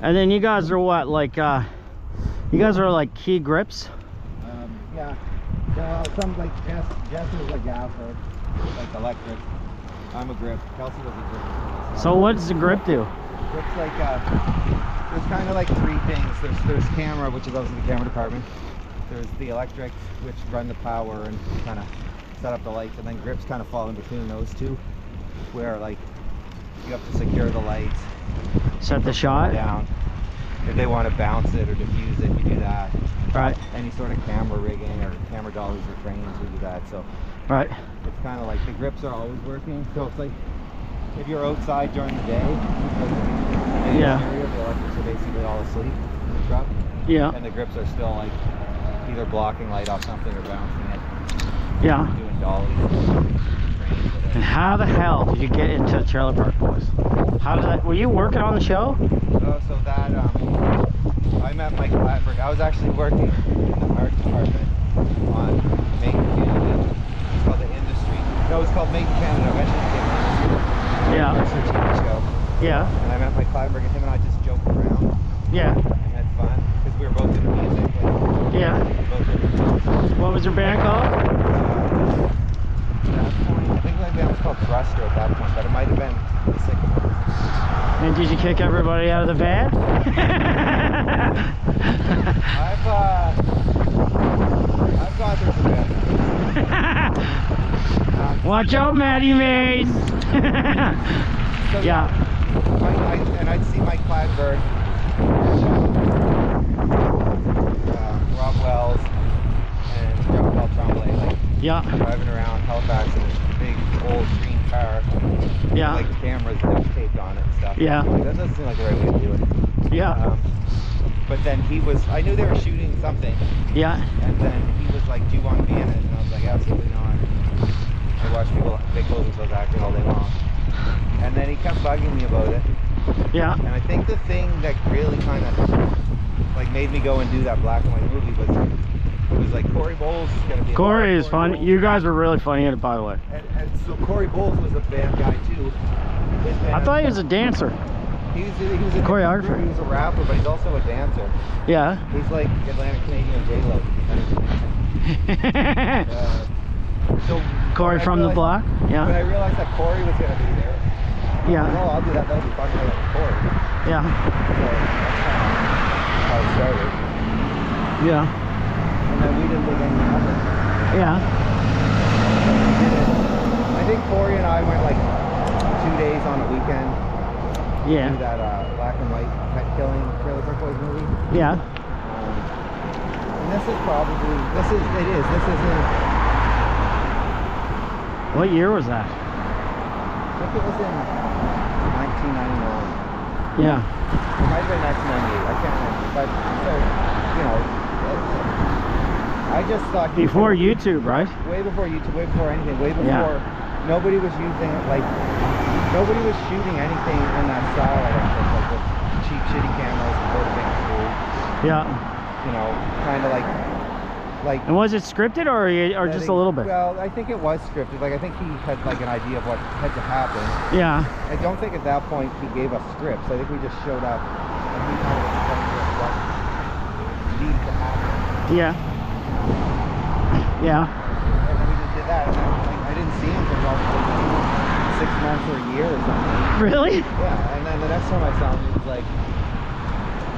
And then you guys are what, like, uh, you guys are like key grips? Um, yeah. Uh, some like Jess, Jess is a gas or like electric. I'm a grip. Kelsey was a grip. So what does the grip do? Grip's like uh, there's kind of like three things. There's there's camera, which is obviously the camera department. There's the electrics, which run the power and kind of set up the lights, and then grips kind of fall in between those two, where like you have to secure the lights, Set the shot? down. If they want to bounce it or diffuse it, you do that. Right, Any sort of camera rigging or camera dollies or frames, we do that. So right. it's kind of like the grips are always working. So it's like if you're outside during the day, like the Yeah. Interior, the electrics are basically all asleep in the truck, Yeah, and the grips are still like either blocking light off something or bouncing it, yeah. doing dollies. frames with it. And how the hell did you get into Trailer Park Boys? How did that, were you working on the show? Oh, so that um, I met Mike Flatberg. I was actually working in the art department on Make in Canada. It's called the Industry. No, it's called Make in Canada. I mentioned it. Yeah. Our search and show. Yeah, And I met Mike Flatberg, and him and I just joked around yeah, and had fun because we were both into music. Like, yeah. we both were into music. What was your band called? Uh, at that point, I think my band was called Thruster at that point, but it might have been the Sycamores. And did you kick everybody out of the van? I've uh, I've gone through some bad times. Um, Watch out, Maddie Mays! So yeah, Mike, I, and I'd see Mike Flatberg, um, Rob Wells, and John Paul Tremblay, like yeah, driving around Halifax in this big old green car, yeah, with, like cameras duct taped on it and stuff. Yeah. Like, that doesn't seem like the right way to do it. yeah, Um, but then he was, I knew they were shooting something, yeah, and then he was like, "Do you want to be in it?" And I was like, "Absolutely not." I watched people, big movies, was acting all day long, and then he kept bugging me about it. yeah, And I think the thing that really kind of like made me go and do that black and white movie was it was like Corey Bowles is gonna be. Corey is funny. fun. You guys were really funny in it, by the way. And, and so Corey Bowles was a band guy too. His I band- thought he was a dancer. he was he was a choreographer. He was a rapper, but he's also a dancer. Yeah. He's like Atlantic Canadian J Lo. Uh, so Corey when I from the realized- block. When I Yeah. realized that Corey was gonna be there, I was like, oh, Yeah. I'll do that. That'll be fun to play with Corey. So Yeah. that's how how it started. Yeah. And then we didn't make any effort. Yeah. I think Corey and I went like two days on a weekend to do Yeah. that uh, black and white pet killing Trailer Park Boys movie. Yeah. Um, and this is probably this is it is this isn't What year was I that? think it was in 1991. Yeah. It might have been 1998. I can't remember. But so you know, it- I just thought Before YouTube, right? way before YouTube, way before anything, way before Yeah. nobody was using like nobody was shooting anything in that style. I don't think like with cheap, shitty cameras and sort of things through, Yeah. you know, kind of like like. And was it scripted or you- or just a letting- little bit? Well, I think it was scripted. Like I think he had like an idea of what had to happen. Yeah. I don't think at that point he gave us scripts. I think we just showed up and he kind of explained to us what needed to happen. Yeah. And Yeah. we just did that. And I, I didn't see him for about like, six months or a year or something. Really? Yeah, and then the next time I saw him, he was like,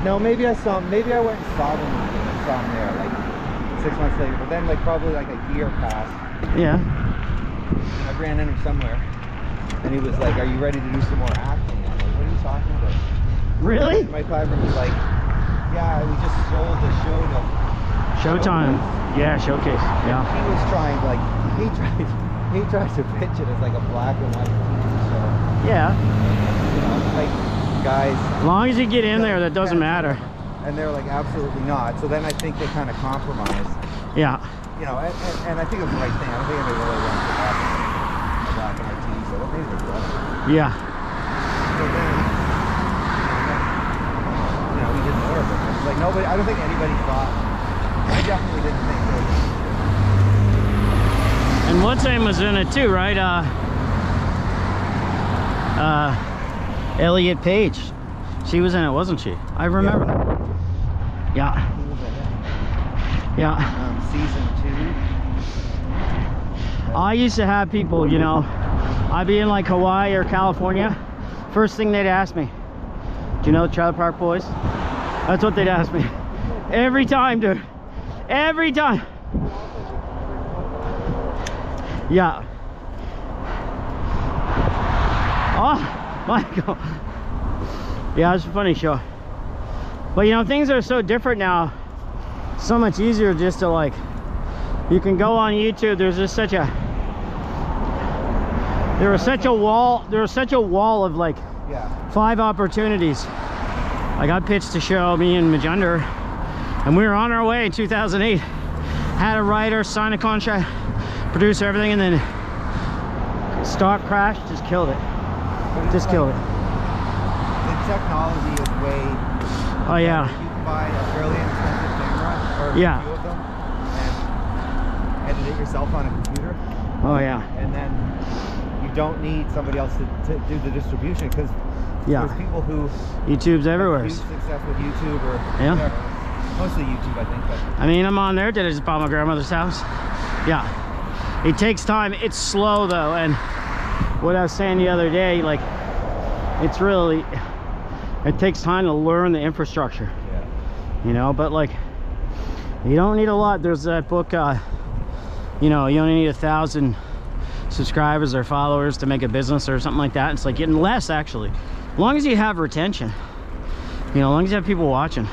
no, maybe I saw him, maybe I went and saw him, saw him there, like, six months later. But then, like, probably, like, a year passed, Yeah. and I ran into him somewhere, and he was like, are you ready to do some more acting? I'm like, what are you talking about? Really? And my Clyburn was like, yeah, we just sold the show to... Showtime. Yeah. Showcase. Yeah. He was trying, like, he tried, he tried to pitch it as, like, a black and white TV show. Yeah. You know, like, guys... As long as you get in there, that doesn't matter. And they were like, absolutely not. So then I think they kind of compromised. Yeah. You know, and, and, and I think it was the right thing. I don't think anybody really wanted to have a black and white TV show. Well, maybe they did. Yeah. So then, you know, we didn't order it. It's Like, nobody, I don't think anybody thought, I definitely didn't think they were gonna do it. And what's name was in it too, right? Uh, uh, Elliot Page. She was in it, wasn't she? I remember that. Yeah, Who was it? yeah. Um, season two. I used to have people, you know, I'd be in like Hawaii or California. First thing they'd ask me, do you know the Trailer Park Boys? That's what they'd ask me. Every time, dude. Every time. Yeah. Oh, Michael. Yeah, it's a funny show. But you know, things are so different now. So much easier just to like you can go on YouTube. There's just such a there was such a wall. There was such a wall of like Yeah. five opportunities. Like I pitched a show, me and Majunder, and we were on our way in 2008. Had a writer, signed a contract, producer, everything, and then stock crashed, just killed it. But it's Just killed like, it. The technology is way. Oh yeah, You can buy a fairly expensive camera or Yeah. a few of them and edit it yourself on a computer, oh yeah, and then you don't need somebody else to, to do the distribution because there's yeah. people who YouTube's everywhere. huge success with YouTube or Yeah. or mostly YouTube, I think. But I mean, I'm on there. Did it just by my grandmother's house? Yeah. It takes time. It's slow though, and what I was saying the other day, like, it's really, it takes time to learn the infrastructure, yeah, you know. But like, you don't need a lot. There's that book, uh, you know, you only need a thousand subscribers or followers to make a business or something like that. It's like getting less actually, as long as you have retention. You know, as long as you have people watching.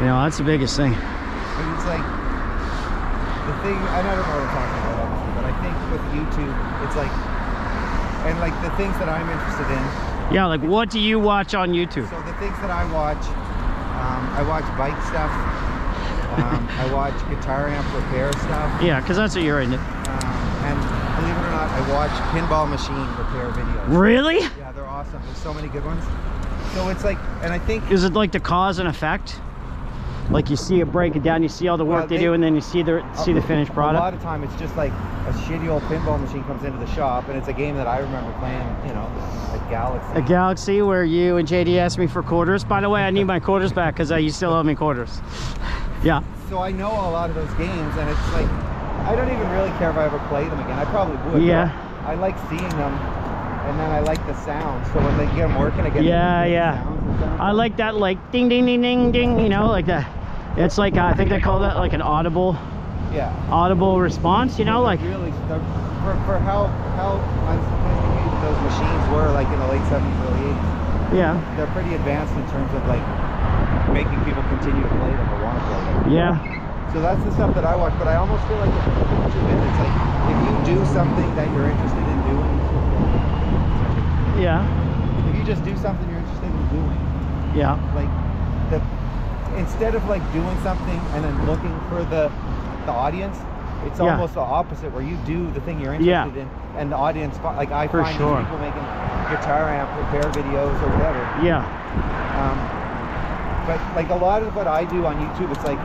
You know, that's the biggest thing. but it's like the thing. I don't know what I'm talking about, obviously, but I think with YouTube, it's like and like the things that I'm interested in. Yeah, like what do you watch on YouTube? So the things that I watch, um, I watch bike stuff. Um, I watch guitar amp repair stuff, Yeah, because that's what you're into. um, and believe it or not, I watch pinball machine repair videos. Really? Yeah, they're awesome. There's so many good ones. So it's like, and I think Is it like the cause and effect? Like you see it break it down, you see all the work Uh, they, they- do, and then you see the see the finished A lot product. of time it's just like a shitty old pinball machine comes into the shop and it's a game that I remember playing, you know, at Galaxy. A galaxy where you and JD asked me for quarters. By the way, I need my quarters back because uh, you still owe me quarters. Yeah. so I know a lot of those games and it's like I don't even really care if I ever play them again. I probably would. but Yeah. I like seeing them and then I like the sound. So when they get them working again, Yeah, the yeah. sounds and stuff. I like that, like ding, ding, ding, ding, ding. You know, like that. It's like I think they call that like an audible, Yeah. audible response. You know, like really they're- for, for how how unsophisticated those machines were like in the late 70s, early 80s. yeah, they're pretty advanced in terms of like making people continue to play them or want to play them. yeah, So that's the stuff that I watch, but I almost feel like it's YouTube is. It's like if you do something that you're interested in doing, yeah, if you just do something you're interested in doing, yeah, like the instead of like doing something and then looking for the the audience, it's Yeah. almost the opposite where you do the thing you're Yeah. interested in and the audience fi- like I For find sure. these people making guitar amp repair videos or whatever. yeah, Um, but like a lot of what I do on YouTube, it's like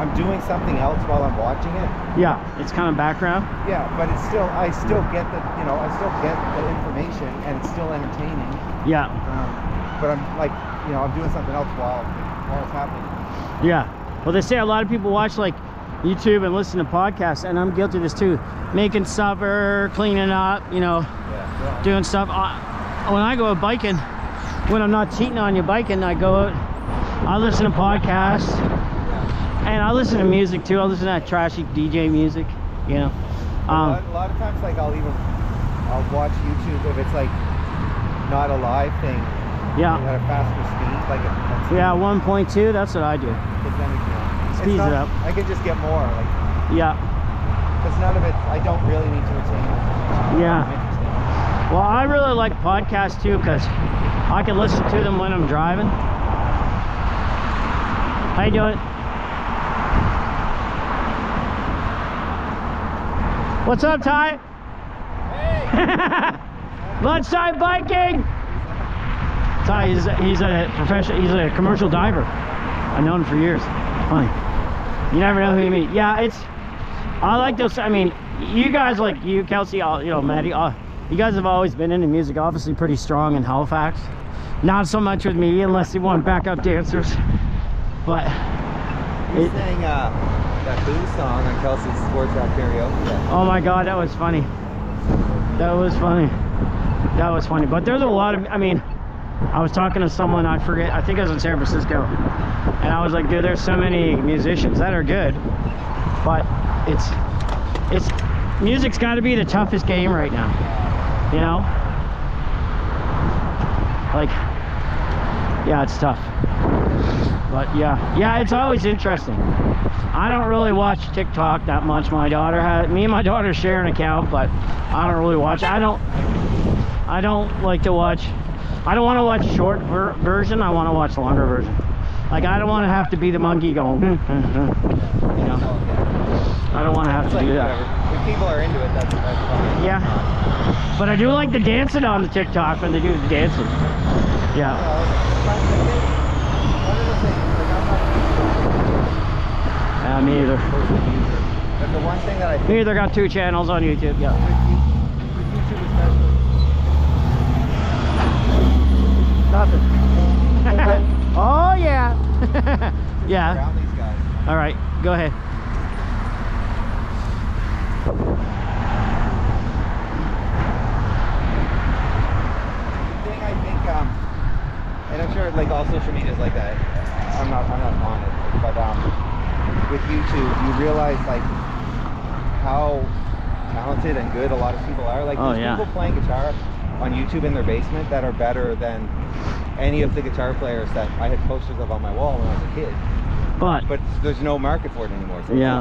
I'm doing something else while I'm watching it. yeah. It's kind of background. Yeah, but it's still I still get the you know I still get the information and it's still entertaining. Yeah, Um, but I'm like you know I'm doing something else while while it's happening. Yeah. Well, they say a lot of people watch like YouTube and listen to podcasts, and I'm guilty of this too. Making supper, cleaning up, you know, Yeah. doing stuff. I, when I go out biking, when I'm not cheating on you biking, I go out, I listen to podcasts, and I listen to music too. I listen to that trashy DJ music, you know. a, Um, lot, a lot of times like I'll even I'll watch YouTube if it's like not a live thing yeah. at a faster speed like a, a Yeah, 1.2, that's what I do. because then it, it's Speeds it not- up. I can just get more like Yeah. because none of it I don't really need to retain information. Yeah. I'm interested. Well, I really like podcasts too because I can listen to them when I'm driving. How you doing? What's up, Ty? Hey! Lunchtime biking! Ty, he's, he's a professional, he's a commercial diver. I've known him for years. Funny. You never know who you meet. Yeah, it's, I like those. I mean, you guys like you, uh, Kelsey, all you know, Maddie, all, you guys have always been into music, obviously pretty strong in Halifax. Not so much with me unless you want backup dancers. But You it, sang uh, that boo song on Kelsey's Sports Rock Karaoke. Yeah. oh my god, that was funny. That was funny. That was funny. But there's a lot of I mean, I was talking to someone I forget I think I was in San Francisco. And I was like, dude, there's so many musicians that are good. But it's it's music's gotta be the toughest game right now. You know? Like yeah, it's tough. But yeah, yeah, it's always interesting. I don't really watch TikTok that much. My daughter had me and my daughter share an account, but I don't really watch. I don't. I don't like to watch. I don't want to watch short ver- version. I want to watch longer version. Like I don't want to have to be the monkey going. you know, I don't want to have It's to like do whatever. that. If people are into it, that's, that's fine. Yeah. But I do like the dancing on the TikTok when they do the dancing. Yeah. Well, one of the things- one of the things, like, I'm not Uh, me either. a person user, but the one thing that I Me either. Got two channels on YouTube. Yeah. with you, with YouTube especially. Nothing. oh yeah. yeah. Around these guys. All right. Go ahead. The thing I think, um, and I'm sure like all social media is like that. I'm not, I'm not on it, but um, with YouTube, you realize like how talented and good a lot of people are. Like Oh, there's yeah. people playing guitar on YouTube in their basement that are better than any of the guitar players that I had posters of on my wall when I was a kid. But But there's no market for it anymore. So it's yeah.